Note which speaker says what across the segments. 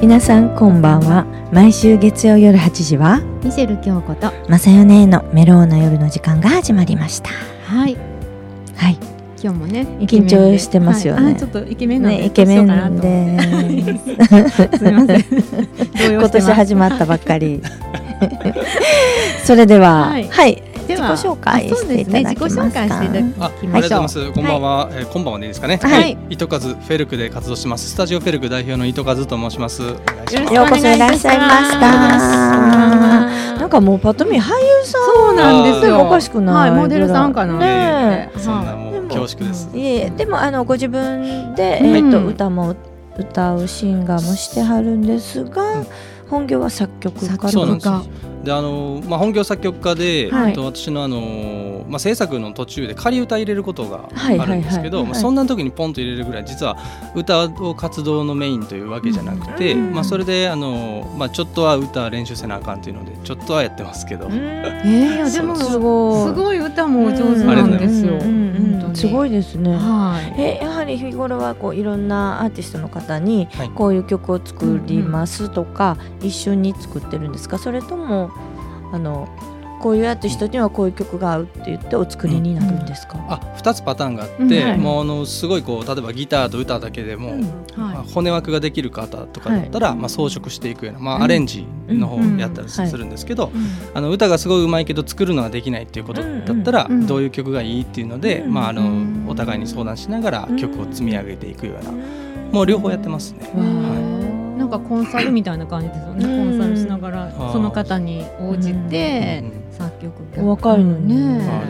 Speaker 1: 皆さんこんばんは毎週月曜夜8時は
Speaker 2: ミシェル京子と
Speaker 1: マサヨネーのメローな夜の時間が始まりました
Speaker 2: はい
Speaker 1: はい
Speaker 2: 今日もね
Speaker 1: 緊張してますよね
Speaker 2: はいあちょっとイケメンなんで、
Speaker 1: ねイケメン
Speaker 2: どうしようかなと思って
Speaker 1: で
Speaker 2: すみ
Speaker 1: 今
Speaker 2: ま せん動揺して
Speaker 1: 年
Speaker 2: ます
Speaker 1: 始まったばっかり それでは
Speaker 2: は
Speaker 1: はいい、
Speaker 2: では
Speaker 1: 自己紹介
Speaker 2: あそう
Speaker 1: し
Speaker 2: です
Speaker 1: ていた
Speaker 2: ね
Speaker 1: だ
Speaker 2: 自己
Speaker 1: けますか
Speaker 2: 紹介していただきま
Speaker 3: あ、あ
Speaker 2: し
Speaker 3: り
Speaker 2: ょう
Speaker 3: がとうございます。こんばんは、えーこんばんはでいいですかね。
Speaker 1: はい
Speaker 2: はい
Speaker 3: 糸数フェルクで活動します。スタジオフェルク代表の糸数と申します。お願いします。
Speaker 1: よろしくお願いいたしますなんかもうパッと見俳優さん
Speaker 2: そうなんですよ
Speaker 1: おかしくな
Speaker 2: はいいモデルさんかな
Speaker 3: ね
Speaker 1: ねえ
Speaker 3: そんなも
Speaker 1: で
Speaker 3: う
Speaker 1: も
Speaker 3: 恐縮です。
Speaker 1: いえいえでもあのご自分で、
Speaker 2: うん
Speaker 1: えっと歌も歌うシンガーもしてはるんですが、
Speaker 3: うん
Speaker 1: 本業は作曲家
Speaker 2: 作
Speaker 3: そうなん
Speaker 2: 曲
Speaker 3: です
Speaker 2: 家
Speaker 3: よで、あのまあ本業作曲家で、
Speaker 2: はい
Speaker 3: えっと私のあのまあ制作の途中で仮歌入れることが
Speaker 1: はい
Speaker 3: あるんですけ
Speaker 1: は
Speaker 3: ど、
Speaker 1: いはい
Speaker 3: まあ
Speaker 1: はい
Speaker 3: そんな時にポンと入れるぐらい実は歌を活動のメインというわけじゃなくて、
Speaker 1: うん
Speaker 3: まあそれであのまあちょっとは歌練習せなあかんというのでちょっとはやってますけど。
Speaker 1: うん
Speaker 2: えーいやで
Speaker 3: そう
Speaker 2: も
Speaker 3: です
Speaker 2: す
Speaker 1: すごい
Speaker 2: ごい歌もお上手なんですよ
Speaker 1: うんうんうん
Speaker 2: 本当に
Speaker 1: すごいですね。
Speaker 2: はい
Speaker 1: えやはり日頃はこういろんなアーティストの方に
Speaker 3: はい
Speaker 1: こういう曲を作りますとか、一緒に作ってるんですかそれともあのこういうアーティストにはこういう曲が合うって言ってお作りになるんですか、
Speaker 3: あ、二つパターンがあって、
Speaker 2: うんはい
Speaker 3: もうあのすごいこう例えばギターと歌だけでも、まあ
Speaker 2: は
Speaker 3: 骨枠ができる方とかだったら、まあ、装飾していくような、ま
Speaker 1: うん
Speaker 3: あ、アレンジの方
Speaker 2: うん
Speaker 3: やったりす
Speaker 1: はい
Speaker 3: するんですけど、
Speaker 2: いうん
Speaker 3: あの歌がすごい上手いけど作るのができないっていうことだったら、
Speaker 2: うんうんうん
Speaker 3: どういう曲がいいっていうので、
Speaker 1: うん
Speaker 3: まあ、あ
Speaker 2: うん
Speaker 3: のお互いに相談しながら
Speaker 1: うん
Speaker 3: 曲を積み上げていくような、もう両方やってますね。
Speaker 1: わあ
Speaker 2: はいなんかコンサルみたいな感じですよね。
Speaker 1: うん
Speaker 2: コンサルしながらその方に応じて
Speaker 3: うん
Speaker 2: 作曲
Speaker 1: お若いのに
Speaker 2: ね
Speaker 3: まあ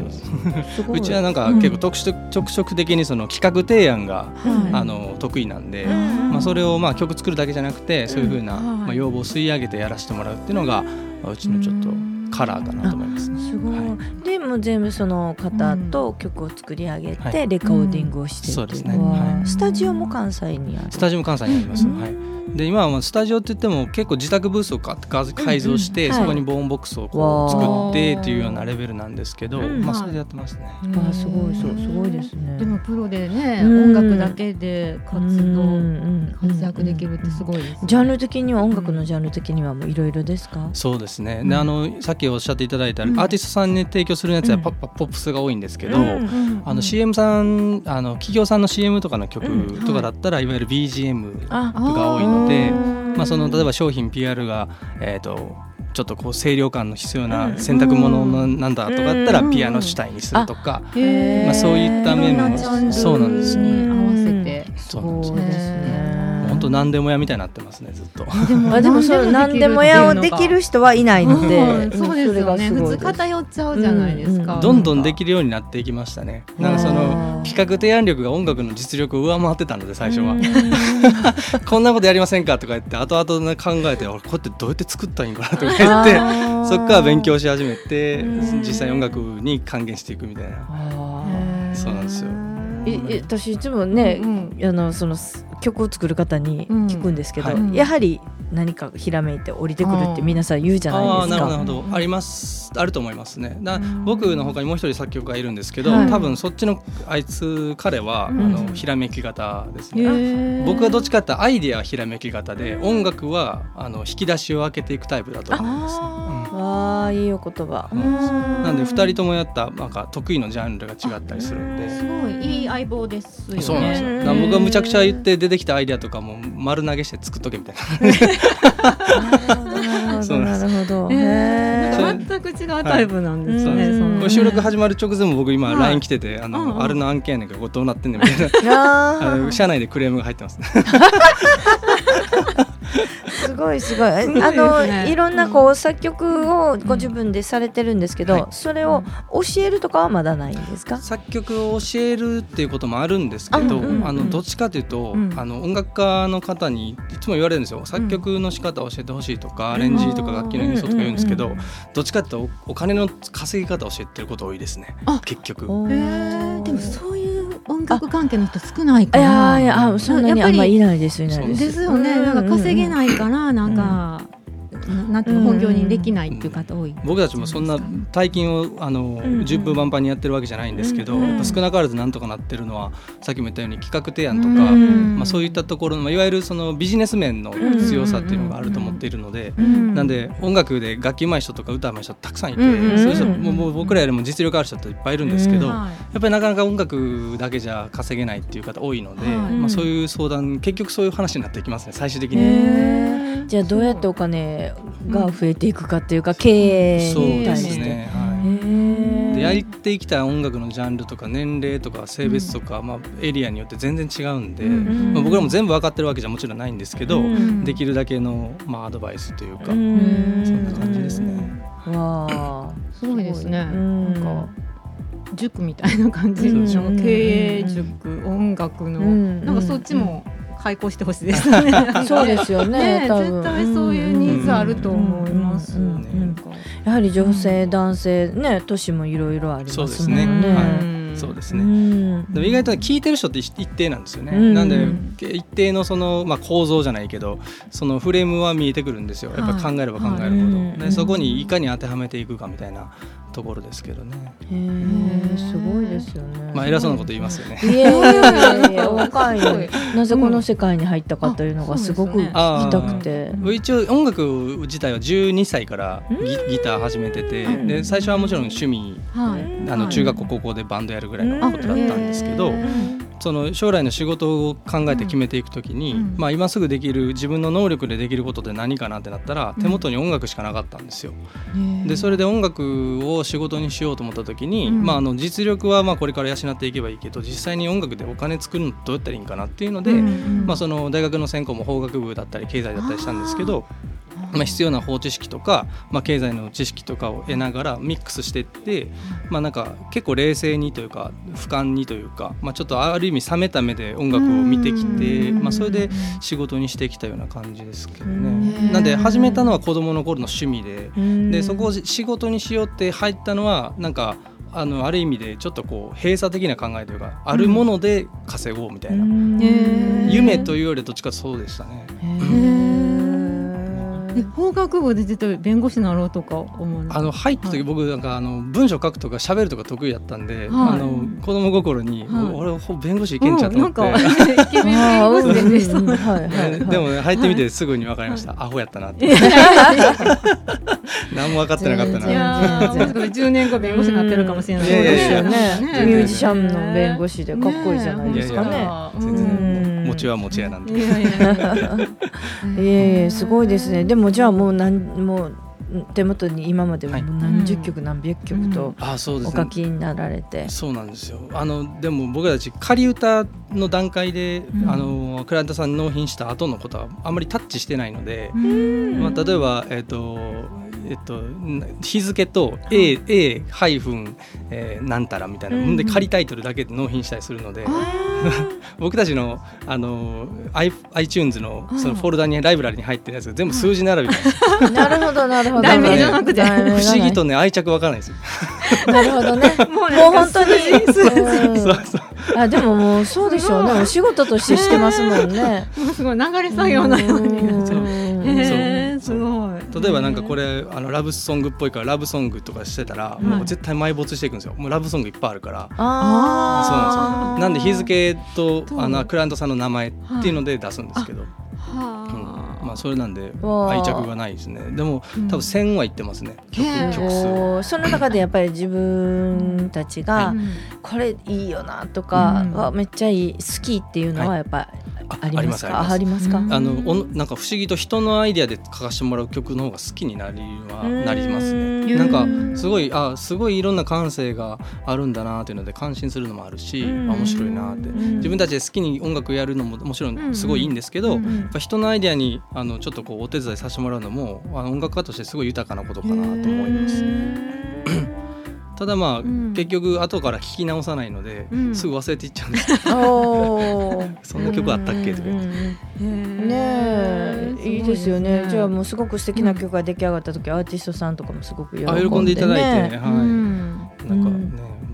Speaker 2: え
Speaker 1: すごいう
Speaker 3: ちはなんか
Speaker 2: うん
Speaker 3: 結構特色特色的にその企画提案が、
Speaker 1: うん
Speaker 3: あの得意なんで、
Speaker 1: うん
Speaker 3: まあ、それをまあ曲作るだけじゃなくてそういうふうな、
Speaker 2: うんはい
Speaker 3: まあ、要望を吸い上げてやらせてもらうっていうのが、まあうちのちょっとカラーかなと思いますね。
Speaker 1: すごい、
Speaker 3: は
Speaker 1: でもう全部その方と曲を作り上げ
Speaker 3: は
Speaker 1: てレコーディングをして
Speaker 3: そう
Speaker 1: っ
Speaker 3: で
Speaker 1: てい
Speaker 3: す
Speaker 1: う
Speaker 3: ね
Speaker 1: のは
Speaker 3: はい
Speaker 1: スタジオも関西にある
Speaker 3: スタジオも関西にあります、
Speaker 1: うん
Speaker 3: はい、で今はまあスタジオって言っても結構自宅ブースをかか改造して、
Speaker 1: うんうんはい
Speaker 3: そこにボーンボックスをこう作って
Speaker 2: わあ
Speaker 3: っていうようなレベルなんですけど、
Speaker 1: うん
Speaker 3: まあ、
Speaker 2: はい
Speaker 3: それでやってますね。
Speaker 1: わあすごいそうすごいですね
Speaker 2: でもプロでね、
Speaker 1: うん
Speaker 2: 音楽だけで活
Speaker 1: うん
Speaker 2: 動
Speaker 1: うん
Speaker 2: 活躍できるってすごいですね。
Speaker 1: ジャンル的には音楽のジャンル的にはもういろいろですか。
Speaker 3: そうですね、
Speaker 1: うん
Speaker 3: であのさっきおっしゃっていただいた、
Speaker 2: うん
Speaker 3: アーティストさんに提供するやつは
Speaker 1: うん
Speaker 3: パッパポップスが多いんですけど、
Speaker 1: うん
Speaker 2: うん
Speaker 3: あの CM さんあの企業さんの CM とかの
Speaker 1: うん
Speaker 2: はい
Speaker 3: 曲とかだったら、い、わゆる BGM
Speaker 1: あ、
Speaker 3: とか多いので
Speaker 2: あー
Speaker 3: まあ、その例えば商品 PR が、えー、とちょっとこう清涼感の必要な洗濯物のなんだとかだった
Speaker 2: うん
Speaker 3: らピアノ主体にするとか、
Speaker 2: へえ
Speaker 3: まあ、そういった面
Speaker 2: いろんな
Speaker 3: も
Speaker 2: ジャンル
Speaker 3: そうなんですよ
Speaker 2: に合わせて
Speaker 3: そうなんです
Speaker 1: そ
Speaker 3: よ
Speaker 1: うですね。
Speaker 3: 本当何でも屋みたいになってますねずっと。
Speaker 1: あでもそう何でもやをできる人はいないの
Speaker 2: う
Speaker 1: で
Speaker 2: ん、そうですよね。
Speaker 1: それがす
Speaker 2: 普
Speaker 1: ごい
Speaker 2: 通
Speaker 1: です
Speaker 2: 偏っちゃうじゃないですか。
Speaker 1: う
Speaker 3: どんどんで
Speaker 2: き
Speaker 3: きるようになっていきましたね。なんかその企画提案力が音楽の実力を上回ってたの で最初は、こんなことやりませんかとか言って後々ね考えて俺こうやってどうやって作ったらいいんかなとか言って
Speaker 1: あー
Speaker 3: そこから勉。強し始めて
Speaker 1: うん
Speaker 3: 実際音楽に還元していくみたいな。
Speaker 1: あ
Speaker 3: そうなんですよ
Speaker 1: ーええ私いつもね、あのそのす曲を作る方に聞くんですけど、
Speaker 3: うん
Speaker 2: はい
Speaker 1: やはり何かひらめいて降りてくるって皆さん言うじゃ
Speaker 3: あ
Speaker 1: な
Speaker 3: あ
Speaker 1: いです
Speaker 3: ー
Speaker 1: か。
Speaker 3: なるほどなるほどありますあると思いますねな
Speaker 2: うん
Speaker 3: 僕の他にもう一人作曲家いるんですけど、
Speaker 1: はい
Speaker 3: 多分そっちのあいつ彼は、
Speaker 2: うん
Speaker 3: あのひらめき型ですね、僕
Speaker 2: 僕
Speaker 3: はどっちかっていうとアイディアはひらめき型で音楽はあの引き出しを開けていくタイプだと思います、
Speaker 2: あ
Speaker 1: わあいいお言葉
Speaker 3: う。んなんで2人ともやったなんか得意のジャンルが違ったりする
Speaker 2: ー
Speaker 3: んで。
Speaker 2: すごいいい相棒ですよね。
Speaker 3: そうなんですよ。
Speaker 1: うん
Speaker 3: だから僕はむちゃくちゃ言って出てきたアイディアとかも丸投げして作っとけみたい
Speaker 1: なるほ
Speaker 3: そ
Speaker 1: ど
Speaker 3: うな
Speaker 1: な
Speaker 3: んです
Speaker 1: るほど。
Speaker 2: へー
Speaker 1: へ
Speaker 3: そう
Speaker 1: ー
Speaker 2: 全く違うタイプなんです
Speaker 1: は
Speaker 2: ね。
Speaker 1: い
Speaker 2: その
Speaker 3: な。収録始まる直前も僕今
Speaker 2: はい
Speaker 3: LINE 来てて、あ
Speaker 2: うんうん
Speaker 3: の、あれの案件やねんけどこれどうなってんねんみたい な。あ
Speaker 1: あ
Speaker 3: の
Speaker 1: ー
Speaker 3: 社内でクレームが入ってますね。
Speaker 1: すごいすごい。あ
Speaker 2: ね
Speaker 1: のいろんなこう作曲をご自分でされてるんですけ
Speaker 3: はい
Speaker 1: ど、それを教えるとかはまだないんですか？
Speaker 3: 作曲を教えるっていうこともあるんですけ
Speaker 1: あうん
Speaker 3: ど、
Speaker 1: うんうん
Speaker 3: あのどっちかというと、
Speaker 2: うん
Speaker 3: あの音楽家の方にいつも言われるんですよ。作曲の仕方を教えてほしいとか、アレンジとか楽器の演奏とか言うんですけど、
Speaker 1: うんうんうん
Speaker 3: どっちかというとおお金の稼ぎ方を教えてること多いですね
Speaker 2: あ。
Speaker 3: 結局。
Speaker 1: お
Speaker 2: へ
Speaker 1: ー
Speaker 2: ーでもそういう音楽関係の人少ないか
Speaker 1: い
Speaker 2: ら。
Speaker 1: やーいやあそんなに
Speaker 2: や
Speaker 1: あ
Speaker 2: っぱ
Speaker 1: ん
Speaker 2: り
Speaker 1: まいないですいないです。
Speaker 2: ですよね。なんか稼げないからなんか。なんていうの本業にできないっていう方多い、
Speaker 3: 僕たちもそんな大金をあの、
Speaker 1: んうん
Speaker 3: 順風満帆にやってるわけじゃないんですけど、
Speaker 1: うんうん
Speaker 3: やっぱ少なからずなんとかなってるのはさっきも言ったように企画提案とか、
Speaker 1: うん
Speaker 3: まあ、そういったところのまあいわゆるそのビジネス面の強さっていうのがあると思っているので。
Speaker 1: うん
Speaker 3: なんで音楽で楽器上手い人とか歌上手い人たくさんいて、
Speaker 2: うんうんうん
Speaker 3: そういう人もうもう僕らよりも実力ある人っていっぱいいるんですけど、
Speaker 1: うん
Speaker 3: や
Speaker 2: はい
Speaker 3: っぱりなかなか音楽だけじゃ稼げないっていう方多いので、
Speaker 2: はい
Speaker 3: まあ、そういう相談結局そういう話になっていきますね最終的
Speaker 1: へ
Speaker 3: に。
Speaker 1: ーじゃあどうやってお金が増えていくかっていうか経営
Speaker 3: そう
Speaker 1: に
Speaker 3: で
Speaker 1: 対
Speaker 3: す
Speaker 1: して。
Speaker 3: ね、はい
Speaker 1: へー
Speaker 3: でやってきた音楽のジャンルとか年齢とか性別とか、まあ、エリアによって全然違うんで、
Speaker 1: うんうん
Speaker 3: まあ、僕らも全部分かってるわけじゃもちろんないんですけど、
Speaker 1: うん
Speaker 3: できるだけの、まあ、アドバイスというか、
Speaker 1: うん
Speaker 3: そんな感じですね。
Speaker 1: わあ
Speaker 2: すごいですね
Speaker 1: うん
Speaker 2: なんか塾みたいな感じの
Speaker 1: うん
Speaker 2: 経営塾音楽の、
Speaker 1: うん
Speaker 2: なんかそっちも開講してほしいですね、
Speaker 1: そうですよね
Speaker 2: ね
Speaker 1: 多分
Speaker 2: 絶対そういうニーズあると思います、
Speaker 1: うんうんうんうんやはり女性男性ね年もいろいろあり
Speaker 3: そう
Speaker 1: ま
Speaker 3: ですす
Speaker 1: もん
Speaker 3: ね、
Speaker 1: ね。
Speaker 3: はい、そうですね、
Speaker 1: ね
Speaker 3: でも意外と聞いてる人って一定なんですよね、
Speaker 1: うん
Speaker 3: なんで一定のその、まあ、構造じゃないけどそのフレームは見えてくるんですよやっぱ考えれば考えるほど、
Speaker 1: はい
Speaker 3: でそこにいかに当てはめていくかみたいなところですけどね、
Speaker 1: へえすごいですよね。
Speaker 3: まあ、偉そうなこと言いますよね。
Speaker 1: いえいえいえ若い
Speaker 2: すご
Speaker 1: の
Speaker 2: い
Speaker 1: になぜこの世界に入ったかというのがすごく聞
Speaker 3: あ
Speaker 1: きたくて。
Speaker 3: 一応音楽自体は12歳からギギター始めてて
Speaker 1: うん
Speaker 3: で最初はもちろん趣味
Speaker 2: はい
Speaker 3: あの中学校高校でバンドやるぐらいのことだったんですけど
Speaker 2: うんへ
Speaker 3: その将来の仕事を考えて決めていくときに、
Speaker 2: うん
Speaker 3: まあ、今すぐできる自分の能力でできることって何かなってなったら手元に音楽しかなかったんですよ。でそれで音楽を仕事にしようと思った時に、
Speaker 2: うん
Speaker 3: まあ、あの実力はまあこれから養っていけばいいけど実際に音楽でお金作るのどうやったらいいんかなっていうので、
Speaker 2: うんうん
Speaker 3: まあ、その大学の専攻も法学部だったり経済だったりしたんですけどまあ、必要な法知識とか、まあ、経済の知識とかを得ながらミックスしていって、まあ、なんか結構冷静にというか俯瞰にというか、まあ、ちょっとある意味冷めた目で音楽を見てきて、
Speaker 2: うん
Speaker 3: まあ、それで仕事にしてきたような感じですけど
Speaker 1: うん
Speaker 3: ね。なんで始めたのは子どもの頃の趣味でで
Speaker 1: で
Speaker 3: そこを仕事にしようって入ったのはなんかあのある意味でちょっとこう閉鎖的な考えというかあるもので稼ごうみたいな、
Speaker 2: うん
Speaker 3: 夢というよりはどっちかそうでしたね。
Speaker 2: で法学部で出て弁護士になろうとか思う
Speaker 3: あの入った
Speaker 2: は
Speaker 3: 時、
Speaker 2: い
Speaker 3: 僕なんかあの文章書くとか喋るとか得意だったんで、
Speaker 2: はい
Speaker 3: あの子供心に、
Speaker 2: はい
Speaker 3: お俺ほ弁護士いけんちゃうと思って、
Speaker 2: うんなんかイケメン弁護士で出そう な
Speaker 3: ででも ね、入ってみてすぐに分かりました、アホやったなって何も分かってなかった
Speaker 2: い
Speaker 1: 全然
Speaker 3: な
Speaker 2: やーもしかしたら10年後弁護士になってるかもしれない
Speaker 3: うんいやいやい
Speaker 1: そ
Speaker 3: や
Speaker 1: うですよね
Speaker 3: ミュー
Speaker 1: ジシャンの弁護士でかっこいいじゃない
Speaker 3: ですかね全
Speaker 1: うん
Speaker 3: 然餅は餅やなんで、
Speaker 2: いやいや
Speaker 1: いえいえすごいですね。でもじゃあもう何もうん手元に今までも
Speaker 3: はいう
Speaker 1: 何十曲何百曲
Speaker 2: う
Speaker 1: と
Speaker 3: あそうで
Speaker 1: お
Speaker 3: すね
Speaker 1: 書きになられて。
Speaker 3: そうなんですよあのでも僕たち仮歌の段階で、
Speaker 2: うん
Speaker 3: あの倉田さんに納品した後のことはあまりタッチしてないので、
Speaker 2: うん
Speaker 3: まあ、例えば、えっとえっと、な日付と A, A ハイフン、えーなんたらみたいな、
Speaker 2: うんうん
Speaker 3: で仮タイトルだけで納品したりするので僕たちの、あのー、i iTunes のそのフォルダにライブラリに入ってるやつが全部数字並びな んです よ
Speaker 1: なるほどなるほど。
Speaker 2: 題名じゃなくて
Speaker 1: 題名がない
Speaker 3: 不思議とね愛着わからないですよ。
Speaker 1: なるほどね。
Speaker 2: もう
Speaker 1: もう
Speaker 2: なん
Speaker 1: 本
Speaker 2: か
Speaker 1: 当に。うん
Speaker 3: そうそう
Speaker 1: あでももうそうでしょうね。
Speaker 2: すごい
Speaker 1: お仕事としてしてますもんね。
Speaker 2: もうすごい流れ作業のようになっちゃう
Speaker 1: うん
Speaker 2: へーすごい
Speaker 3: 例えばなんかこ
Speaker 2: れ
Speaker 3: れあのラブソングっぽいからラブソングとかしてたら、
Speaker 2: い
Speaker 3: もう絶対埋没していくんですよもうラブソングいっぱいあるから
Speaker 1: あ
Speaker 3: そ
Speaker 1: あ。
Speaker 3: うなんですよなんで日付と
Speaker 2: どう
Speaker 3: あのクライアントさんの名前っていうので出すんですけど、
Speaker 2: は
Speaker 3: うんまあそれなんで
Speaker 1: わあ
Speaker 3: 愛着がないですねでも
Speaker 2: うん
Speaker 3: 多分1000は言ってますね
Speaker 2: へえ
Speaker 3: 曲曲数
Speaker 1: おーその中でやっぱり自分たち
Speaker 2: う
Speaker 1: が
Speaker 2: ん
Speaker 1: これいいよなとか、
Speaker 2: うん
Speaker 1: わめっちゃいい好きっていうのは
Speaker 3: は
Speaker 1: やっぱ
Speaker 3: あ
Speaker 1: ありますか、
Speaker 3: あ
Speaker 1: あ
Speaker 3: り
Speaker 1: り
Speaker 3: ます
Speaker 1: ますか、
Speaker 2: うん
Speaker 3: あのおんなんか不思議と人のアイディアで書かせてもらう曲の方が好きになりはなります
Speaker 1: う
Speaker 3: ね
Speaker 1: ん
Speaker 3: なんか
Speaker 2: うん
Speaker 3: すごいあすごいいろんな感性があるんだなっていうので感心するのもあるしあ
Speaker 1: うん
Speaker 3: 面白いなって
Speaker 1: うん
Speaker 3: 自分たちで好きに音楽やるのももちろんすごいいいんですけど、
Speaker 2: うんうん
Speaker 3: やっぱ人のアイディアにあのちょっとこうお手伝いさせてもらうのもあの音楽家としてすごい豊かなことかなと思います、ただまあ、
Speaker 2: うん
Speaker 3: 結局後から聞き直さないので、
Speaker 2: うん
Speaker 3: すぐ忘れていっちゃうんです
Speaker 1: おー
Speaker 3: そんな曲あったっけとか言って
Speaker 1: ね
Speaker 2: へー
Speaker 1: えいいですよねじゃあも
Speaker 2: う
Speaker 1: うすごく素敵な曲が出来上がった時、 アーティストさんとかもすごく喜んで,、
Speaker 3: あ
Speaker 1: ね、
Speaker 3: 喜んでいただい
Speaker 2: す
Speaker 3: て、は
Speaker 2: ご
Speaker 3: い、
Speaker 2: いですね
Speaker 3: なんかね本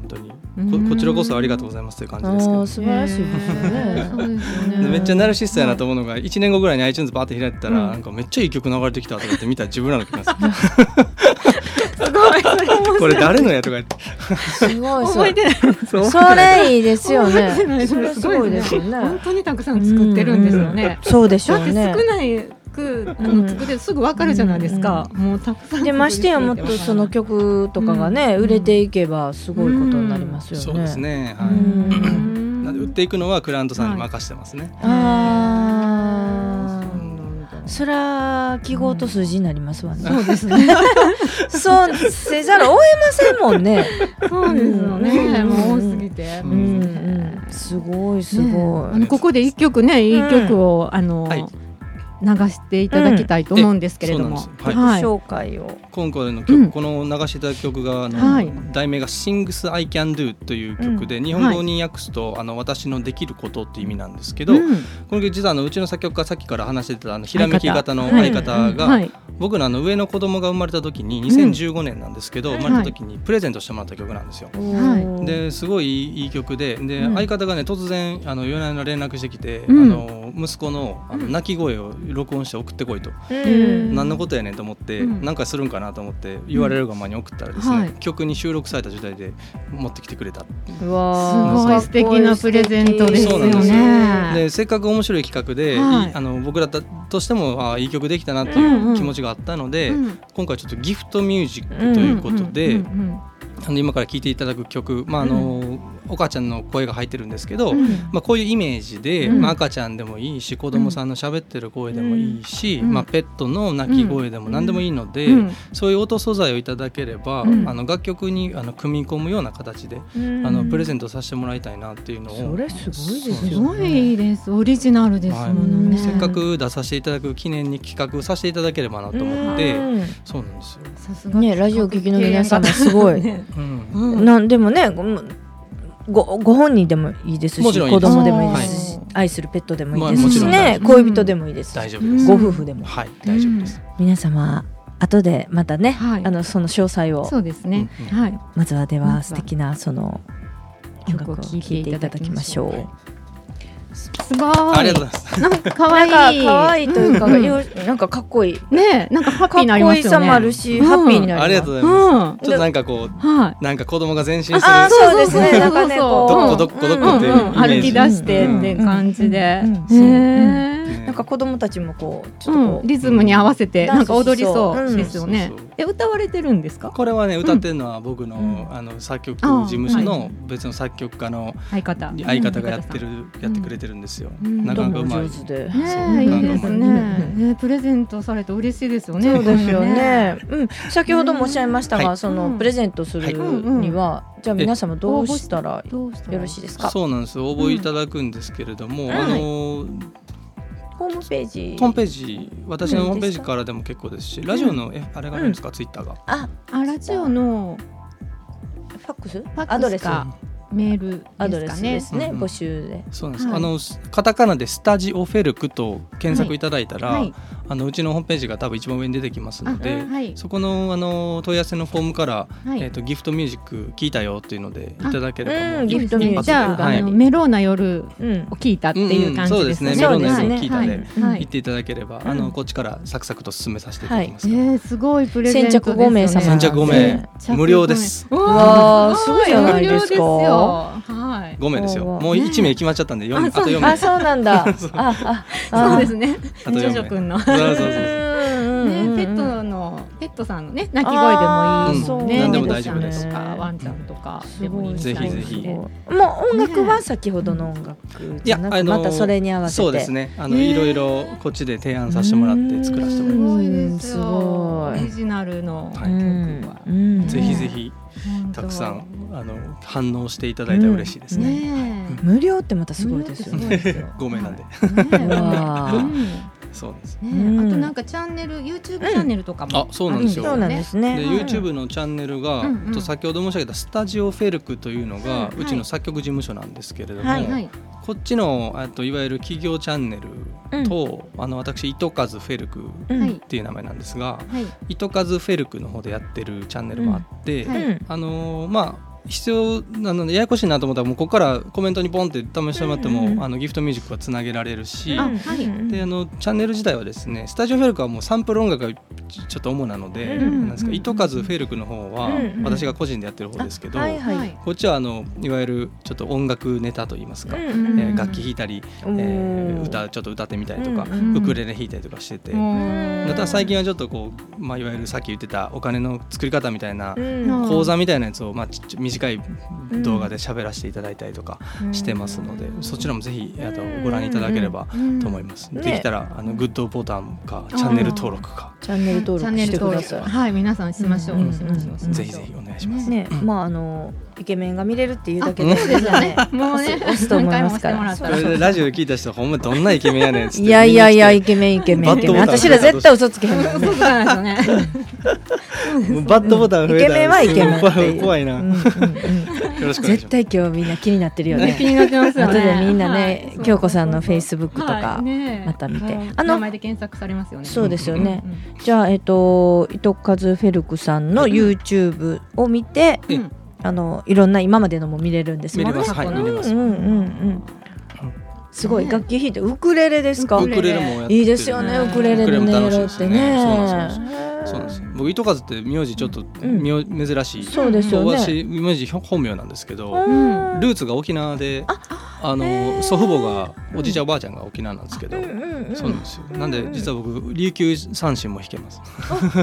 Speaker 3: 当に
Speaker 2: うん
Speaker 3: 子ここちらこそありがとうございますという感じですけ
Speaker 1: あー
Speaker 3: ど
Speaker 1: 素晴らしいですね。
Speaker 2: そうですよね。
Speaker 1: ー
Speaker 3: めっちゃ
Speaker 1: な
Speaker 3: ナルシストやなと思うのが1年後ぐらいに iTunes バーって開いてたら、
Speaker 1: うん
Speaker 3: なんかめっちゃいい曲流れてきたとかって見たら自分らの曲なんです
Speaker 2: すごいそれ面白い
Speaker 3: これ誰のやとか言って
Speaker 1: すごい
Speaker 2: 覚えてない。
Speaker 1: それそれいいですよ
Speaker 2: 覚えてな
Speaker 1: ね。
Speaker 2: い
Speaker 1: それすごいですよ
Speaker 2: 本
Speaker 1: ね。
Speaker 2: 当にたくさん作ってるんですよね。
Speaker 1: そうでしょ
Speaker 2: だっ
Speaker 1: う
Speaker 2: て
Speaker 1: ね
Speaker 2: 少。ないくあ
Speaker 1: うん
Speaker 2: の作ってすぐわかるじゃないですか。もうたくさん作り続けてるか
Speaker 1: で
Speaker 2: ら。
Speaker 1: ましてやもっとその曲とかがね
Speaker 2: うん
Speaker 1: 売れていけばすごいことになりますよね。
Speaker 3: そうですね、
Speaker 2: う
Speaker 3: はい
Speaker 2: ん。
Speaker 3: なんで売っていくのはクライアントさんに任せてますね、
Speaker 1: ああ。
Speaker 2: そうなんだ
Speaker 1: そら記号と数字になりますわね。
Speaker 2: そうですね。
Speaker 1: そうせざるを得ませんもんね。
Speaker 2: そうですよね。
Speaker 1: うん
Speaker 2: もう多すぎて。
Speaker 3: う
Speaker 1: うんんうんすごいす
Speaker 2: ね
Speaker 1: ご
Speaker 2: あ
Speaker 1: い。
Speaker 2: のここで一曲ね、いい曲を、あの、
Speaker 3: はい
Speaker 2: 流していただきたいと思うんですけれども。
Speaker 3: えそうなんですよ
Speaker 2: はい。
Speaker 1: 紹介を。
Speaker 3: 今回の曲、
Speaker 2: うん
Speaker 3: この流していただく曲があの、
Speaker 2: はい
Speaker 3: 題名が「Sings I Can Do」という曲で、
Speaker 1: う
Speaker 3: 日本語に訳すと、あの私のできることって意味なんですけど、
Speaker 2: うん
Speaker 3: この曲実はあのうちの作曲家さっきから話してたあのひらめき型の
Speaker 2: はい
Speaker 3: 相方が、
Speaker 2: はい。
Speaker 3: 僕のあの上の子供が生まれた時に2015年なんですけど、
Speaker 1: うん
Speaker 3: 生まれた時にプレゼントしてもらった曲なんですよ。
Speaker 2: は
Speaker 3: ですごいいい曲でで、
Speaker 1: うん
Speaker 3: 相方がね突然あの夜な夜な連絡してきて、
Speaker 2: うん
Speaker 3: あの息子のあの
Speaker 2: うん
Speaker 3: 泣き声を録音して送ってこいと、
Speaker 1: うん
Speaker 3: 何のことやねんと思って、
Speaker 2: うん
Speaker 3: 何かするんかなと思って言われるがままに送ったらですね、
Speaker 2: うんはい
Speaker 3: 曲に収録された時代で持ってきてくれた
Speaker 1: うわ
Speaker 3: すごい
Speaker 1: ー
Speaker 2: 素敵なプレゼントです
Speaker 1: そ
Speaker 3: よね
Speaker 1: うなんですよ
Speaker 3: でせっかく面白い企画で、
Speaker 2: はい
Speaker 3: いあの僕らとしてもあいい曲できたなと
Speaker 2: うん
Speaker 3: いううん気持ちがあったので、
Speaker 2: うん
Speaker 3: 今回ちょっとギフトミュージックということ
Speaker 2: う
Speaker 3: で、
Speaker 2: んうん
Speaker 3: あの今から聴いていただく曲、まああのお母ちゃんの声が入ってるんですけど、
Speaker 2: うんうん
Speaker 3: まあ、こういうイメージで、
Speaker 2: うん
Speaker 3: まあ、赤ちゃんでもいいし子供さんの喋ってる声でもいいし、
Speaker 2: うん
Speaker 3: まあ、ペットの鳴き声でも何でもいいので、
Speaker 2: うん
Speaker 3: そういう音素材をいただければ、
Speaker 2: うん
Speaker 3: あの楽曲にあの組み込むような形で、あのプレゼントさせてもらいたいなっていうのを
Speaker 1: それすごいです
Speaker 3: そう
Speaker 1: よ
Speaker 2: すごいです。オリジナルですものね。
Speaker 1: はい
Speaker 3: せっかく出させていただく記念に企画させていただければなと思って、
Speaker 1: うん
Speaker 3: そうなんですよ。
Speaker 2: さすが
Speaker 1: ねラジオ聞きの皆様すごい。
Speaker 2: ね
Speaker 3: うん
Speaker 2: うん
Speaker 1: なんでもねごごご本人でもいいですし
Speaker 3: もちろんいい
Speaker 1: 子
Speaker 3: です
Speaker 1: 供でもいいですし、
Speaker 2: はい
Speaker 1: 愛するペットでも
Speaker 3: まあ
Speaker 1: いいですし
Speaker 3: もちろん
Speaker 1: ね、
Speaker 3: 大
Speaker 2: 丈夫
Speaker 1: 恋人でもいいですし、
Speaker 3: 大丈夫です、
Speaker 1: ご夫婦でも、
Speaker 3: はい大丈夫です、
Speaker 1: 皆様後でまたね、
Speaker 2: はい
Speaker 1: あのその詳細を
Speaker 2: そうですね
Speaker 3: うん。うん
Speaker 2: はい。
Speaker 1: まずはで
Speaker 2: ま
Speaker 1: は
Speaker 2: ず
Speaker 1: 素
Speaker 2: は
Speaker 1: 敵なその音楽
Speaker 2: 曲を
Speaker 1: を
Speaker 2: 聴
Speaker 1: 聴
Speaker 2: い
Speaker 1: い
Speaker 2: て
Speaker 1: て
Speaker 2: い
Speaker 1: い
Speaker 2: た
Speaker 1: た
Speaker 2: だ
Speaker 1: だ
Speaker 2: き
Speaker 1: き
Speaker 2: ま
Speaker 1: ま
Speaker 2: し
Speaker 1: し
Speaker 2: ょ
Speaker 1: ょ
Speaker 2: う
Speaker 1: う。
Speaker 2: すごい。
Speaker 3: ありがとうございます
Speaker 2: なんか可
Speaker 1: なんか
Speaker 2: 愛い。
Speaker 1: 可愛いというか、
Speaker 2: うん
Speaker 1: よなんかかっこいい、
Speaker 2: ねえなんかハッピ
Speaker 1: か
Speaker 2: ーにな
Speaker 1: っ
Speaker 2: り
Speaker 1: こ
Speaker 2: ま
Speaker 1: い
Speaker 2: す
Speaker 1: さ
Speaker 2: よね。
Speaker 1: もあるし、
Speaker 2: うん
Speaker 1: ハッピーになります。
Speaker 3: ありがとうございます、
Speaker 2: うん。
Speaker 3: ちょっとなんかこう
Speaker 2: はい。
Speaker 3: なんか子供が前進する
Speaker 1: あーそうです
Speaker 2: そうそうそう
Speaker 1: ね、なんかね、こう
Speaker 2: こ
Speaker 3: どどこど
Speaker 1: うん
Speaker 2: う
Speaker 3: こ
Speaker 2: ん
Speaker 3: って
Speaker 2: うん、歩き出して
Speaker 1: うん
Speaker 2: って感じで
Speaker 1: うんうん。
Speaker 2: へ
Speaker 1: そう
Speaker 2: え。
Speaker 1: なんか子供たちもこう、ちょっと
Speaker 2: う
Speaker 1: こ
Speaker 2: ん、リズムに合わせて、
Speaker 1: うん
Speaker 2: なんか踊りそ
Speaker 1: ダンスしそうう
Speaker 2: ですよね
Speaker 3: うんそうそうそう。
Speaker 2: え、歌われてるんですか。
Speaker 3: これはね歌ってるのは僕の,、
Speaker 1: うん
Speaker 3: あの作曲事務所
Speaker 2: あは
Speaker 3: の別の作曲家の
Speaker 2: 相方。
Speaker 3: 相方がやってる、
Speaker 2: ね
Speaker 3: やってくれてるんですよ、
Speaker 2: うん
Speaker 3: な
Speaker 1: う、ど
Speaker 3: か
Speaker 1: う
Speaker 3: なかう
Speaker 1: も
Speaker 3: まい
Speaker 1: 上手で。
Speaker 3: そう
Speaker 2: え、いいですね。
Speaker 1: うん
Speaker 2: えプレゼントされて嬉しいですよね。
Speaker 1: そうですよ
Speaker 2: これ。
Speaker 1: ね。うん、先ほどもおっしゃいました
Speaker 3: は
Speaker 1: が、そ
Speaker 2: うん
Speaker 1: のプレゼントするには、じゃあ皆様どうしたら
Speaker 2: どうしたら
Speaker 1: よろしいですか。
Speaker 3: そうなんです応募いただくんですけれども、
Speaker 1: ん
Speaker 3: あの
Speaker 1: ホームページ。
Speaker 3: ホームページ私のホームページからでも結構ですしラジオのえあれがあるんですか、ツイッターが
Speaker 1: あ、
Speaker 2: あ、ラジオの
Speaker 1: ファックス？
Speaker 2: ァックスか
Speaker 1: アドレス。
Speaker 2: あメール
Speaker 1: アドレ
Speaker 2: ですか
Speaker 1: ス
Speaker 2: ね
Speaker 1: で。すね。
Speaker 3: うん
Speaker 1: 募集で。
Speaker 3: そうなんです、
Speaker 2: はい
Speaker 3: あのすカタカナで「スタジオフェルク」と検索いただいたら、
Speaker 2: はい。
Speaker 3: あのうちのホームページが多分一番上に出てきます
Speaker 2: あ、
Speaker 3: ので、
Speaker 2: はい。
Speaker 3: そこのあの問い合わせのフォームから、
Speaker 2: はい
Speaker 3: えっとギフトミュージック聞いたよっていうのでい
Speaker 2: あ
Speaker 3: ただければも
Speaker 1: うんギフトミュージック
Speaker 2: じゃあ、
Speaker 3: はい
Speaker 2: あのメローな夜
Speaker 1: うん
Speaker 2: を。聞いたっていう感じですね。
Speaker 1: うんうんそうですねメロー
Speaker 2: はい
Speaker 1: な夜を聞い
Speaker 3: たで
Speaker 2: はいはい
Speaker 3: 行っていただければ、
Speaker 1: ん
Speaker 3: あのこっちからサクサクと進めさせていただきます、
Speaker 2: えー、すごいプレゼント
Speaker 1: 先
Speaker 2: ですよ
Speaker 1: 着5名
Speaker 2: ね
Speaker 1: 様。
Speaker 3: 先着5名無料です。
Speaker 2: う
Speaker 1: わーすごいじゃないですか
Speaker 2: 無料ですよはい。
Speaker 3: 5名ですよ
Speaker 1: おー
Speaker 3: もう1名決まっちゃったんで、四
Speaker 2: あ
Speaker 3: あと4名
Speaker 1: あ、そうなんだ。あ、あ、あ
Speaker 2: そうですね。
Speaker 3: あと
Speaker 2: ジョ
Speaker 3: 四
Speaker 2: ジョ
Speaker 3: 名
Speaker 2: 君の。ね、
Speaker 3: そうそうそうそ
Speaker 1: うんうん
Speaker 3: う
Speaker 1: うんうん
Speaker 2: ペットの、ペットさんのね、鳴き声でもいいもんね。
Speaker 3: あーそうなんでも大丈夫です
Speaker 2: 猫ちゃんとか、ワンちゃんとかでもいいみた
Speaker 3: ぜ
Speaker 2: いな
Speaker 3: ひ
Speaker 2: ので
Speaker 3: ぜひ
Speaker 1: もう音楽は先ほどの音楽じゃなく、
Speaker 3: いやあの
Speaker 1: またそれに合わせて。
Speaker 3: そうですねあの、
Speaker 2: えー
Speaker 3: いろいろこっちで提案させてもらって作らせて
Speaker 2: す
Speaker 3: もらいま
Speaker 2: ごいです
Speaker 1: うんす
Speaker 2: よ。
Speaker 1: ご
Speaker 2: オ
Speaker 1: い
Speaker 2: リジナルの曲
Speaker 3: はい
Speaker 2: は。
Speaker 1: うん
Speaker 3: すぜひぜひ
Speaker 2: 本当
Speaker 3: たくさんあの反応していただいたら嬉しいですね、
Speaker 2: ねえ。
Speaker 1: 無料ってまたすごいですよね。
Speaker 3: 5名なんで、
Speaker 2: ねえ。
Speaker 1: うわー
Speaker 2: うん
Speaker 3: そうなんです
Speaker 2: ね
Speaker 1: う
Speaker 2: え、
Speaker 1: ん
Speaker 2: あとなんかチャンネル、YouTube チャンネルとかも
Speaker 3: あそうなんですよ
Speaker 1: そうなんですね。
Speaker 3: で
Speaker 1: うん
Speaker 3: YouTube のチャンネルが、
Speaker 2: うんうん
Speaker 3: と先ほど申し上げたスタジオフェルクというのが、
Speaker 2: うん
Speaker 3: うちの作曲事務所なんですけれども、
Speaker 1: は
Speaker 2: はいはい。
Speaker 3: こっちのあといわゆる企業チャンネルと、あの私糸数フェルクっ
Speaker 1: うん
Speaker 2: はい
Speaker 3: ていう名前なんですが
Speaker 2: はい。
Speaker 3: 糸数フェルクの方でやってるチャンネルもあって、
Speaker 2: うんはい
Speaker 1: うん
Speaker 3: あのーまあ必要なのでややこしいなと思ったらもうここからコメントにポンって試してもらっても、
Speaker 1: うんうん
Speaker 3: あのギフトミュージックはつなげられるし、
Speaker 2: あはい
Speaker 3: であのチャンネル自体はですねスタジオフェルクはもうサンプル音楽がちちょっと主なので、
Speaker 1: うんうんうん
Speaker 3: なんですか糸数フェルクの方は、
Speaker 1: うんうん
Speaker 3: 私が個人でやってる方ですけど、
Speaker 1: あはいはい
Speaker 3: こっちはあのいわゆるちょっと音楽ネタといいますか、
Speaker 2: うん
Speaker 3: えー楽器弾いたり、
Speaker 1: え
Speaker 3: えー歌ちょっと歌ってみたりとか、
Speaker 1: うん
Speaker 2: うん
Speaker 3: ウクレレ弾いたりとかしてて。
Speaker 1: うん
Speaker 3: また最近はちょっとこう、まあ、いわゆるさっき言ってたお金の作り方みたいな
Speaker 2: うん
Speaker 3: 講座みたいなやつを、まあ、ちっちゃ短い動画で喋らせていただいたりとかしてますので、そちらもぜひあとご覧いただければと思います、
Speaker 1: うんね
Speaker 3: できたらあのグッドボタンかチャンネル登録か、
Speaker 1: チャンネル登
Speaker 2: チャ
Speaker 1: 録
Speaker 2: ンネ
Speaker 1: し
Speaker 2: ル
Speaker 1: てく
Speaker 2: 登
Speaker 1: ださ
Speaker 2: 録
Speaker 1: い。
Speaker 2: はい皆さんしましょ
Speaker 1: うん
Speaker 2: うしましょうしましょう
Speaker 3: ぜひぜひお願いします、
Speaker 1: ね、まああのイケメンが見れるっていうだけで
Speaker 3: あ
Speaker 2: そ うですよねもうね
Speaker 1: 押すと思いますから
Speaker 2: 何回も押しても
Speaker 3: こ
Speaker 2: らった
Speaker 3: れ
Speaker 2: ら
Speaker 3: でラジオで聞いた人ほんまどんなイケメンやねんっつって
Speaker 1: いやいやいや
Speaker 3: 見に
Speaker 1: イケメンイケメンイケメン
Speaker 3: バッドボタン
Speaker 1: 私ら絶対嘘つけへんからね
Speaker 2: そうじゃないですよね
Speaker 3: 来てもうバッドボタン増え
Speaker 1: イケ
Speaker 3: たら
Speaker 1: メンはイケメンって
Speaker 3: 怖
Speaker 1: う
Speaker 3: い怖いな、
Speaker 1: うんうん
Speaker 3: よ
Speaker 1: うん
Speaker 3: ろしくお願いし
Speaker 1: 絶
Speaker 3: ます
Speaker 1: 対今日みんな気になってるよ
Speaker 2: 気
Speaker 1: ね
Speaker 2: になってますよ
Speaker 1: 後
Speaker 2: ね
Speaker 1: でみんなね
Speaker 2: はい
Speaker 1: 京子さんのフェイ
Speaker 2: そ
Speaker 1: スブッ
Speaker 2: う
Speaker 1: ク
Speaker 2: そう
Speaker 1: と
Speaker 2: そうは
Speaker 1: か
Speaker 2: いね
Speaker 1: また見て
Speaker 2: はい
Speaker 1: あの
Speaker 2: 名前で検索されますよね
Speaker 1: そうですよね
Speaker 2: うん
Speaker 1: じゃあえっと糸数フェルクさんの YouTube を見て
Speaker 3: え
Speaker 2: うん
Speaker 1: あのいろんな今までのも見れるんです
Speaker 3: 見
Speaker 1: も
Speaker 3: れ
Speaker 1: んね
Speaker 3: ますはい
Speaker 2: うん
Speaker 3: 見れま
Speaker 1: う
Speaker 3: す、
Speaker 1: んうんうんうんすごい
Speaker 2: ね
Speaker 1: 楽器弾いてウクレレですか
Speaker 3: ウクレレもやってる
Speaker 1: いいですよね
Speaker 2: う
Speaker 1: ウ
Speaker 2: ん
Speaker 1: クレレの音色
Speaker 3: ウ
Speaker 1: って
Speaker 3: クレレも楽しいですねそう
Speaker 1: ね
Speaker 3: なんですそうなんですよ僕糸数って名字ちょっと、
Speaker 1: ん
Speaker 3: 名珍しい
Speaker 1: そうですよね
Speaker 3: 私名字本名なんですけど、
Speaker 1: うん
Speaker 3: ルーツが沖縄であ
Speaker 1: へー
Speaker 3: の祖父母がおじいちゃんおばあちゃんが沖縄なんですけど、
Speaker 1: うんうんうん
Speaker 3: そうなんですよなんで実は僕琉球三線も弾けます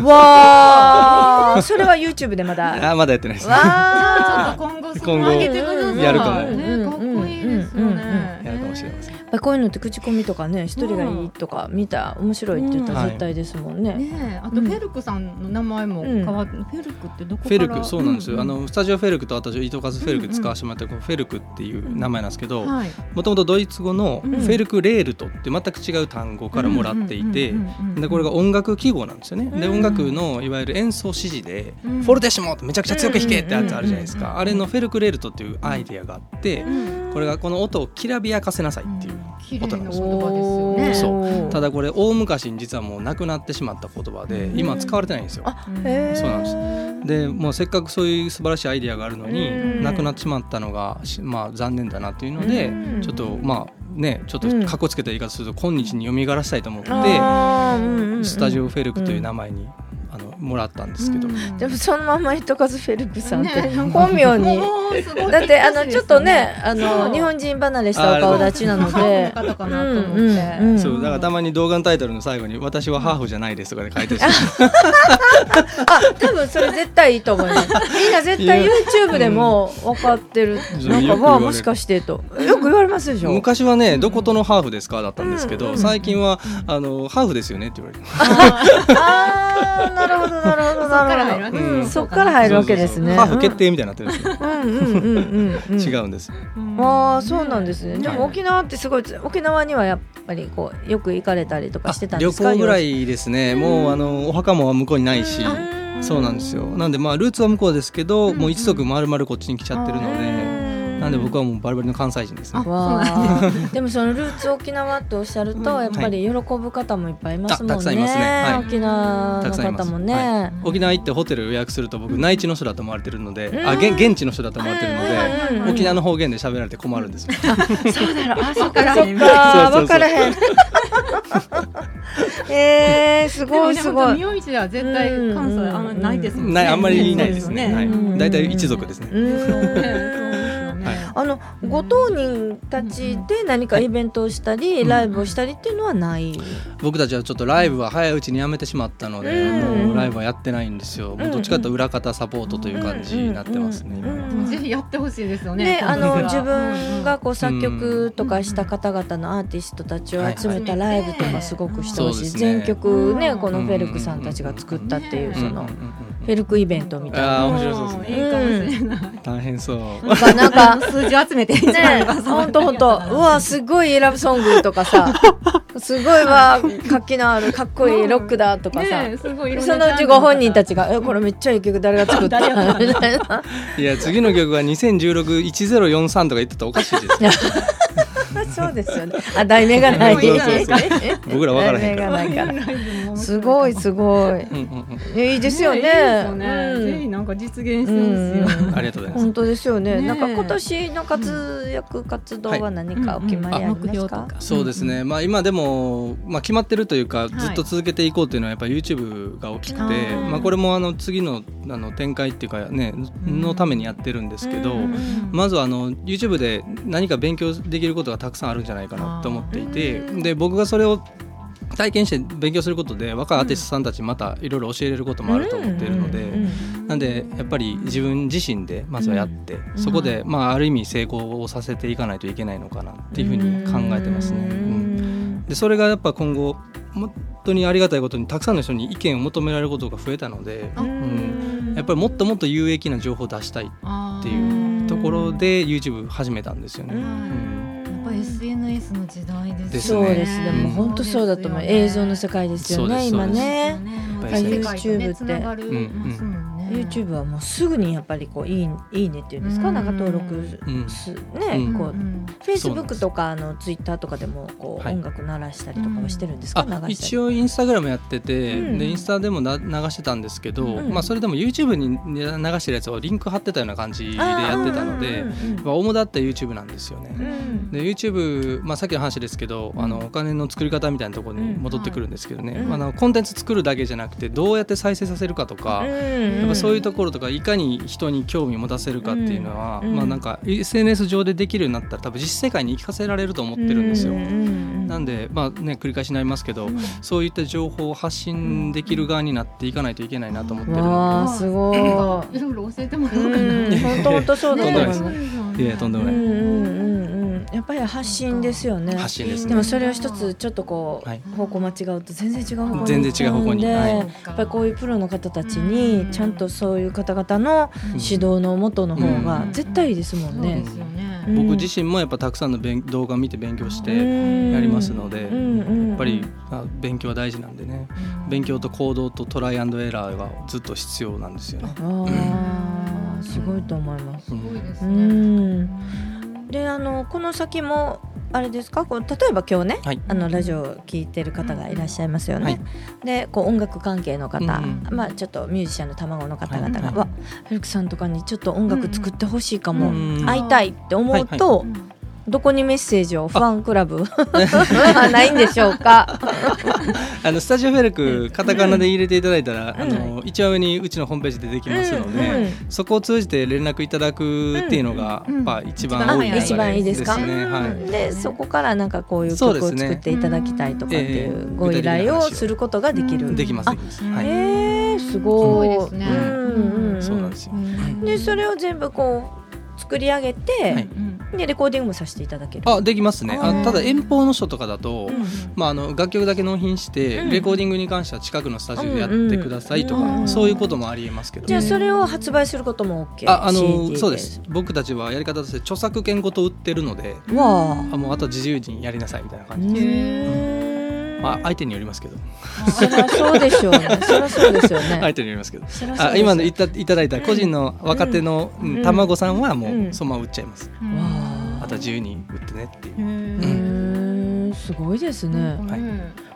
Speaker 1: わあ、それは YouTube でま
Speaker 3: あ
Speaker 1: だ。わ
Speaker 3: ーまだやってないです
Speaker 1: あ、
Speaker 2: ちょっと今後そ
Speaker 3: 今
Speaker 2: こ
Speaker 3: 後
Speaker 2: 上げてください
Speaker 3: やるかも
Speaker 2: ねかっこいいですよね
Speaker 3: やるかもしれません
Speaker 1: やっぱこういうのって口コミとかね、一人がいいとか見た面白いって言ったら絶対ですもんね。
Speaker 2: ねえあとフェルクさんの名前も変わって、フェルクってどこ
Speaker 3: フ
Speaker 2: か
Speaker 3: ェ
Speaker 2: ら
Speaker 3: ルクそうなんですよ、
Speaker 2: う
Speaker 3: あのスタジオフェルクと私糸数フェルクで使わせてもらってるこのフェルクっていう名前なんですけど
Speaker 2: はい
Speaker 3: もともとドイツ語の
Speaker 2: う
Speaker 3: フ
Speaker 2: ん
Speaker 3: ェルクレールトって全く違う単語からもらっていて
Speaker 2: うんうんうんうん
Speaker 3: でこれが音楽記号なんですよねで
Speaker 2: うん
Speaker 3: 音楽のいわゆる演奏指示で
Speaker 2: うん
Speaker 3: フォルテッシモってめちゃくちゃ強く弾けってやつあるじゃないです
Speaker 2: うんうんうんう
Speaker 3: か
Speaker 2: ん
Speaker 3: あれのフェルクレールトっていうアイデアがあってこれがこの音をきらびやかせなさいっていう
Speaker 2: 綺麗な言葉です
Speaker 1: お
Speaker 2: よね
Speaker 1: ー
Speaker 3: そうただこれ大昔に実はもうなくなってしまった言葉で
Speaker 2: うん
Speaker 3: 今は使われてないんですよ。
Speaker 1: あ、
Speaker 2: うん
Speaker 1: へえ。
Speaker 3: そうなんですでもうせっかくそういう素晴らしいアイデアがあるの
Speaker 1: う
Speaker 3: に
Speaker 1: ん
Speaker 3: なくなってしまったのが、しまあ、残念だなというので
Speaker 1: うん
Speaker 3: ちょっとまあねちょっと
Speaker 1: うん
Speaker 3: かっこつけた言い方すると今日に蘇らせたいと思っ
Speaker 2: あ
Speaker 3: て
Speaker 1: あーうんうんうん
Speaker 3: スタジオフェルクという名前にあのもらったんですけど。
Speaker 2: うん
Speaker 1: でもそのまま糸数フェルクさんって
Speaker 2: ねなんか
Speaker 1: 本名 に。
Speaker 2: もうすごい
Speaker 1: だってあのちょっとねあ
Speaker 2: そう
Speaker 1: の日本人離れしたお顔立ちなので
Speaker 2: ハーフの方かなと思って
Speaker 1: うんうんうん
Speaker 3: そうだからたまに動画のタイトルの最後に「私はハーフじゃないです」とかで書いてる
Speaker 1: あ、多分それ絶対いいと思い ます。みんな絶対 YouTube でも分かってる。
Speaker 3: うん
Speaker 1: なんか
Speaker 3: よく言われる
Speaker 1: はもしかしてと。よく言われますでしょ。
Speaker 3: 昔はね「どことのハーフですか?」だったんですけ
Speaker 1: うんう
Speaker 3: ど
Speaker 1: ん
Speaker 3: 最近はあの「ハーフですよね」って言われる
Speaker 1: あーなるほどなるほどなるほ
Speaker 3: そっから入るわ
Speaker 1: ど。そっから入るわ
Speaker 3: けね
Speaker 1: けですね。
Speaker 3: そうそうそうハーフ決定みたいになってるんですよ
Speaker 1: うん。うんうんうんうんうん。
Speaker 3: 違。うんです。
Speaker 1: ああそうなんですね。でも
Speaker 3: はい
Speaker 1: 沖縄ってすごい沖縄にはやっぱりこうよく行かれたりとかしてたんですか。
Speaker 3: 旅行ぐら
Speaker 1: い
Speaker 3: いですね。もうあのお墓も向こうにないし、そうなんですよ。なんでまあルーツは向こうですけど、もう一族まるまるこっちに来ちゃってるので、なんで僕
Speaker 1: は。
Speaker 3: はもうバリバリの関西人ですね。
Speaker 1: わあ でもそのルーツ沖縄とおっしゃるとやっぱり喜ぶ方もいっぱいいますもんね。
Speaker 3: あたくさんいますねはい
Speaker 1: 沖縄の方も
Speaker 3: たくさん
Speaker 1: ね。
Speaker 3: 沖縄行ってホテル予約すると僕内地の人だと思われてるので、
Speaker 1: うん
Speaker 3: あげ現地の人だと思われてるので、
Speaker 1: うんうんうん
Speaker 3: 沖縄の方言で喋られて困るんですよ。
Speaker 2: そうだろうあそっから
Speaker 1: そっか
Speaker 3: そうそうそう
Speaker 1: 分からへ んえー、す
Speaker 2: で
Speaker 1: ご
Speaker 2: も
Speaker 1: い
Speaker 2: ね
Speaker 1: す
Speaker 2: 本当
Speaker 1: ご
Speaker 2: に
Speaker 1: い
Speaker 2: 名字では絶対関西あんまないですもんね
Speaker 3: ないあんまりいないです
Speaker 2: そう
Speaker 3: ね。
Speaker 2: よ
Speaker 3: はい
Speaker 1: うん。
Speaker 3: 大体一族ですね。
Speaker 1: う
Speaker 2: そう
Speaker 1: ーん
Speaker 2: ね
Speaker 1: あのご当人たちで何かイベントをしたり、
Speaker 3: うん
Speaker 1: ライブをしたりっていうのはない、
Speaker 3: 僕たちはちょっとライブは早いうちにやめてしまったので、
Speaker 1: うん
Speaker 3: もうライブはやってないんですよ。もうどっちかというと裏方サポートという感じになってますね。今は
Speaker 1: うん
Speaker 2: でもぜひやってほしいですよね。
Speaker 1: ね、あ
Speaker 2: 今
Speaker 1: の
Speaker 2: 度は
Speaker 1: 自分がこう作
Speaker 3: う
Speaker 1: 曲
Speaker 3: ん
Speaker 1: とかした方々のアーティストたちを集めた
Speaker 2: は
Speaker 1: ラ
Speaker 2: い
Speaker 1: イブとかすごくしてほしい、
Speaker 3: そうですね
Speaker 1: 全曲ね
Speaker 2: うん
Speaker 1: このフェルクさんたちが作ったっていう
Speaker 2: ね
Speaker 1: そ
Speaker 3: うん
Speaker 1: の
Speaker 3: うんうんうん
Speaker 1: フェルクイベントみたいな
Speaker 3: あー面白そうですね
Speaker 2: いいかもしれない。
Speaker 3: 大変そう。
Speaker 1: なんかなんか
Speaker 2: 数字を集めて。
Speaker 1: ね、本当本当、うわ、すごい選ぶソングとかさ。すごいわ、活気のある、かっこいいロックだとかさ。
Speaker 2: ね、すごい。
Speaker 1: そのうちご本人た
Speaker 2: ち。
Speaker 1: ちが、え、これめっちゃいい曲、誰が作った
Speaker 2: 誰が
Speaker 1: みたいな。
Speaker 3: いや次の曲は20161043とか言ってたらおかしいですよ。
Speaker 1: そうですよね。あ、題名がな
Speaker 2: 題
Speaker 1: い。
Speaker 2: 名がない
Speaker 3: 僕ら分からへんか
Speaker 1: 題名がないか。
Speaker 2: から
Speaker 1: すごいすごい。
Speaker 3: うんうん
Speaker 1: ねいいですよね。
Speaker 2: いいですよね
Speaker 1: うん
Speaker 2: ぜひなんか実現してほしい。
Speaker 3: うんありがとうございます。
Speaker 1: 本当ですよね。
Speaker 2: ねえ
Speaker 1: なんか今年の活躍活動は何かお決まりありますか。
Speaker 3: そうですね、まあ、今でも、まあ、決まってるというか
Speaker 2: い
Speaker 3: ずっと続けていこうというのはやっぱ YouTube が大きくて、
Speaker 1: あー
Speaker 3: まあ、これもあの次のあの展開っていうかね
Speaker 2: うん
Speaker 3: のためにやってるんですけど、
Speaker 1: うん
Speaker 3: まずはあの YouTube で何か勉強できることがたくさんあるんじゃないかなと思っていて
Speaker 1: あー
Speaker 3: で僕がそれを体験して勉強することで若いアーティストさんたちにまたいろいろ教えれることもあると思っているの
Speaker 1: う
Speaker 3: で。
Speaker 1: ん
Speaker 3: なんでやっぱり自分自身でまずはやって、
Speaker 1: ん
Speaker 3: そこで、まあ、ある意味成功をさせていかないといけないのかなっていうふうに考えてますね。
Speaker 1: う
Speaker 3: うん
Speaker 1: ん
Speaker 3: でそれがやっぱ今後本当にありがたいことにたくさんの人に意見を求められることが増えたので
Speaker 2: うん
Speaker 1: うん
Speaker 3: やっぱりもっともっと有益な情報を出したいっていうところで YouTube 始めたんですよね。
Speaker 2: やっぱ SNS の時代ですね。
Speaker 3: ですね
Speaker 1: そうですね。もう本当そうだと思う。映像の世界ですよ
Speaker 3: そうで
Speaker 1: ね。
Speaker 3: す
Speaker 1: 今ね。
Speaker 3: そう
Speaker 2: ね。世
Speaker 3: です
Speaker 2: 界とね繋がる
Speaker 3: うんうん
Speaker 2: ますもんね。
Speaker 1: YouTube はもうすぐにやっぱりこういいいいねっていうんですか、
Speaker 2: うん
Speaker 1: なんか登録
Speaker 3: うん
Speaker 1: す、ね、
Speaker 3: うん
Speaker 1: こう、
Speaker 3: そうなんで
Speaker 1: Facebook
Speaker 3: す
Speaker 1: とかあの Twitter とかでもこう、
Speaker 3: はい
Speaker 1: 音楽鳴らしたりとかはしてるんですか、
Speaker 3: あ
Speaker 1: 流したり
Speaker 3: 一応インスタグラムやってて、
Speaker 1: うん
Speaker 3: でインスタでもな流してたんですけど、
Speaker 1: うん
Speaker 3: まあ、それでも YouTube に流してるやつをリンク貼ってたような感じでやってたので、
Speaker 1: あー
Speaker 3: まあ、主だった YouTube なんですよね。
Speaker 1: うんうんうん
Speaker 3: で YouTube、まあ、さっきの話ですけど、あのお金の作り方みたいなところに戻ってくるんですけどね、
Speaker 1: うん
Speaker 3: あのコンテンツ作るだけじゃなくてどうやって再生させるかとか、
Speaker 1: うん
Speaker 3: やっぱそういうところとかいかに人に興味を持たせるかっていうのは、
Speaker 1: うん
Speaker 3: まあ、なんか SNS 上でできるようになったら多分実世界に生かせられると思ってるんですよ。
Speaker 1: ううん
Speaker 3: なんで、まあね、繰り返しになりますけど、そういった情報を発信できる側になっていかないといけないなと思ってるの
Speaker 1: わあす ごい、うん、
Speaker 2: いろいろ教えてもらおうかな。
Speaker 1: 本当本当そうだと思います、
Speaker 3: ね
Speaker 2: す
Speaker 3: で、いやとんで
Speaker 1: う
Speaker 3: も
Speaker 1: んう
Speaker 3: ない、
Speaker 1: んうんうんやっぱり発信ですよね
Speaker 3: 発信です
Speaker 1: で
Speaker 3: ね
Speaker 1: も。それを一つちょっとこう、
Speaker 3: はい
Speaker 1: 方向間違うと全然違う方向に
Speaker 3: 全然違う方向に
Speaker 1: 行っちゃうんで
Speaker 3: はい
Speaker 1: やっぱりこういうプロの方たちにちゃんとそういう方々の
Speaker 3: うん
Speaker 1: 指導のもとの方が
Speaker 2: うん
Speaker 1: 絶対いいですもん
Speaker 2: そう
Speaker 1: ね
Speaker 2: で。すよね。
Speaker 1: うん
Speaker 3: 僕自身もやっぱたくさんの勉動画見て勉強して
Speaker 1: や
Speaker 3: やりますので、や
Speaker 1: や
Speaker 3: っぱりあ勉強は大事なんでね勉強と行動とトライアンドエラーがずっと必要なんですよね。
Speaker 1: あーすごいと思います。
Speaker 2: すごいです
Speaker 1: う
Speaker 2: ね。
Speaker 1: んであのこの先もあれですかこう例えば今日ね
Speaker 3: はい
Speaker 1: あのラジオを聞いてる方がいらっしゃいますよね。
Speaker 3: はい
Speaker 1: でこう音楽関係の方、
Speaker 3: うん
Speaker 1: まあ、ちょっとミュージシャンの卵の方々が、
Speaker 3: はいはい
Speaker 1: わヘルクさんとかにちょっと音楽作ってほしいかも、
Speaker 3: うん
Speaker 1: 会いたいって思うと、どこにメッセージをファンクラ ブ ないんでしょうか。
Speaker 3: あのスタジオフェルクカタカナで入れていただいたら、あの一番上にうちのホームページでできますので、そこを通じて連絡いただくっていうのが、
Speaker 2: うん
Speaker 3: まあ一番多い流れ
Speaker 1: 一番いいですか
Speaker 3: ねは
Speaker 1: うん
Speaker 3: い、
Speaker 1: でそこからなんかこういう
Speaker 3: そう
Speaker 1: 曲
Speaker 3: で
Speaker 1: を
Speaker 3: すね
Speaker 1: 作っていただきたいとかってい
Speaker 3: え
Speaker 1: う
Speaker 3: え
Speaker 1: ご依頼
Speaker 3: 具体的な話
Speaker 1: を
Speaker 3: を
Speaker 1: することができる。
Speaker 2: うん
Speaker 3: できますできます、はい
Speaker 1: えー、すごい。
Speaker 2: すごいですね
Speaker 1: うんうん、
Speaker 3: そうなんですよ、
Speaker 1: でそれを全部こう作り上げて、
Speaker 3: はい
Speaker 1: でレコーディングもさせていただける。
Speaker 3: あできますね
Speaker 1: あー
Speaker 3: あただ遠方の人とかだと、
Speaker 1: うん
Speaker 3: まあ、あの楽曲だけ納品して、
Speaker 1: うん
Speaker 3: レコーディングに関しては近くのスタジオでやってくださいとか、
Speaker 1: うんうん
Speaker 3: そういうこともありえますけど、
Speaker 1: じゃあそれを発売することも OK。
Speaker 3: ああの
Speaker 1: CD
Speaker 3: そうです。僕たちはやり方として著作権ごと売ってるので
Speaker 1: わあ。
Speaker 3: あもうあと自由にやりなさいみたいな感じ、
Speaker 1: うーん
Speaker 3: まあ、相手によりますけど、
Speaker 1: そりゃそうで しょうね。そりゃそうですよね
Speaker 3: 相。手によりますけど
Speaker 1: そりゃそう
Speaker 3: あ
Speaker 1: ですよ
Speaker 3: 今の言ったいただいた個人の若手の、
Speaker 1: ん
Speaker 3: うん卵さんは
Speaker 1: う
Speaker 3: も
Speaker 1: ん
Speaker 3: うそのまま売っちゃいます、
Speaker 1: わあ
Speaker 3: あとは自由に売ってねっていう、
Speaker 1: うーんすごいですね。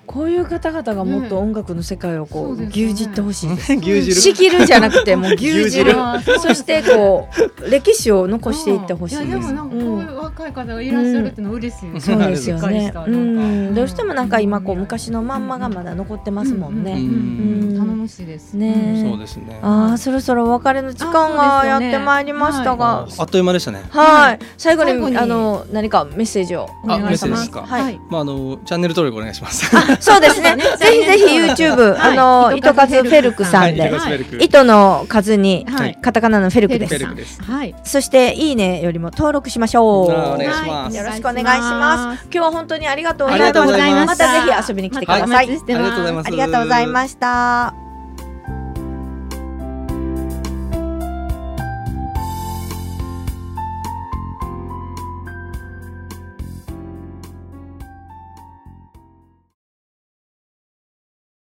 Speaker 1: こういう方々がもっと音楽の世界をこう,、
Speaker 2: うんそうです
Speaker 1: 牛
Speaker 2: ね
Speaker 1: 耳ってほしいです。
Speaker 3: 牛耳る
Speaker 1: 仕切るじゃなくてもう牛耳る。
Speaker 3: 牛耳る
Speaker 1: そしてこう歴史を残していってほしいです。
Speaker 2: やでもなんかこ
Speaker 1: う
Speaker 2: うんいう若い方がいらっしゃるってのは嬉しいです
Speaker 1: そうですよ
Speaker 2: あり
Speaker 1: ね
Speaker 2: が。と
Speaker 1: う
Speaker 2: うございます
Speaker 1: ん、どうしてもなんか今こう昔のまんまがまだ残ってますもん
Speaker 3: う
Speaker 1: ね。
Speaker 3: ん
Speaker 2: 頼もしいです。
Speaker 1: ね
Speaker 3: そうですねあ
Speaker 1: ああ、そろそろお別れの時間がやってまいりましたが、
Speaker 3: あっという間でしたね
Speaker 1: はい、最後に
Speaker 2: 最後に
Speaker 1: あの何かメッセージを。
Speaker 2: お願いし
Speaker 3: あメッセージで
Speaker 2: ますす。
Speaker 3: か
Speaker 2: はい。
Speaker 3: まああのチャンネル登録お願いします
Speaker 1: そうです ね。
Speaker 2: そうです
Speaker 1: ぜ
Speaker 2: ね
Speaker 1: ひぜひ YouTube、
Speaker 2: はい
Speaker 1: あの糸数フェルクさん
Speaker 3: はい
Speaker 1: で、
Speaker 3: 糸数フェルク
Speaker 1: 糸の数に、
Speaker 2: はい
Speaker 1: カタカナのフェルク
Speaker 2: フ
Speaker 1: で
Speaker 3: フ
Speaker 1: す
Speaker 3: ェ。ルクです
Speaker 2: はい。
Speaker 1: そしていいねよりも登録しましょう。
Speaker 3: あお願いし
Speaker 1: は
Speaker 3: ます
Speaker 1: いよろしくお願いします。今日は本当にありがとうござい
Speaker 3: ありがとうござい
Speaker 1: ま。
Speaker 3: ますす
Speaker 1: またぜひ遊びに来てください。
Speaker 2: お待ちして
Speaker 3: ありがとうござい
Speaker 2: ます。
Speaker 3: ます
Speaker 1: ありがとうございました。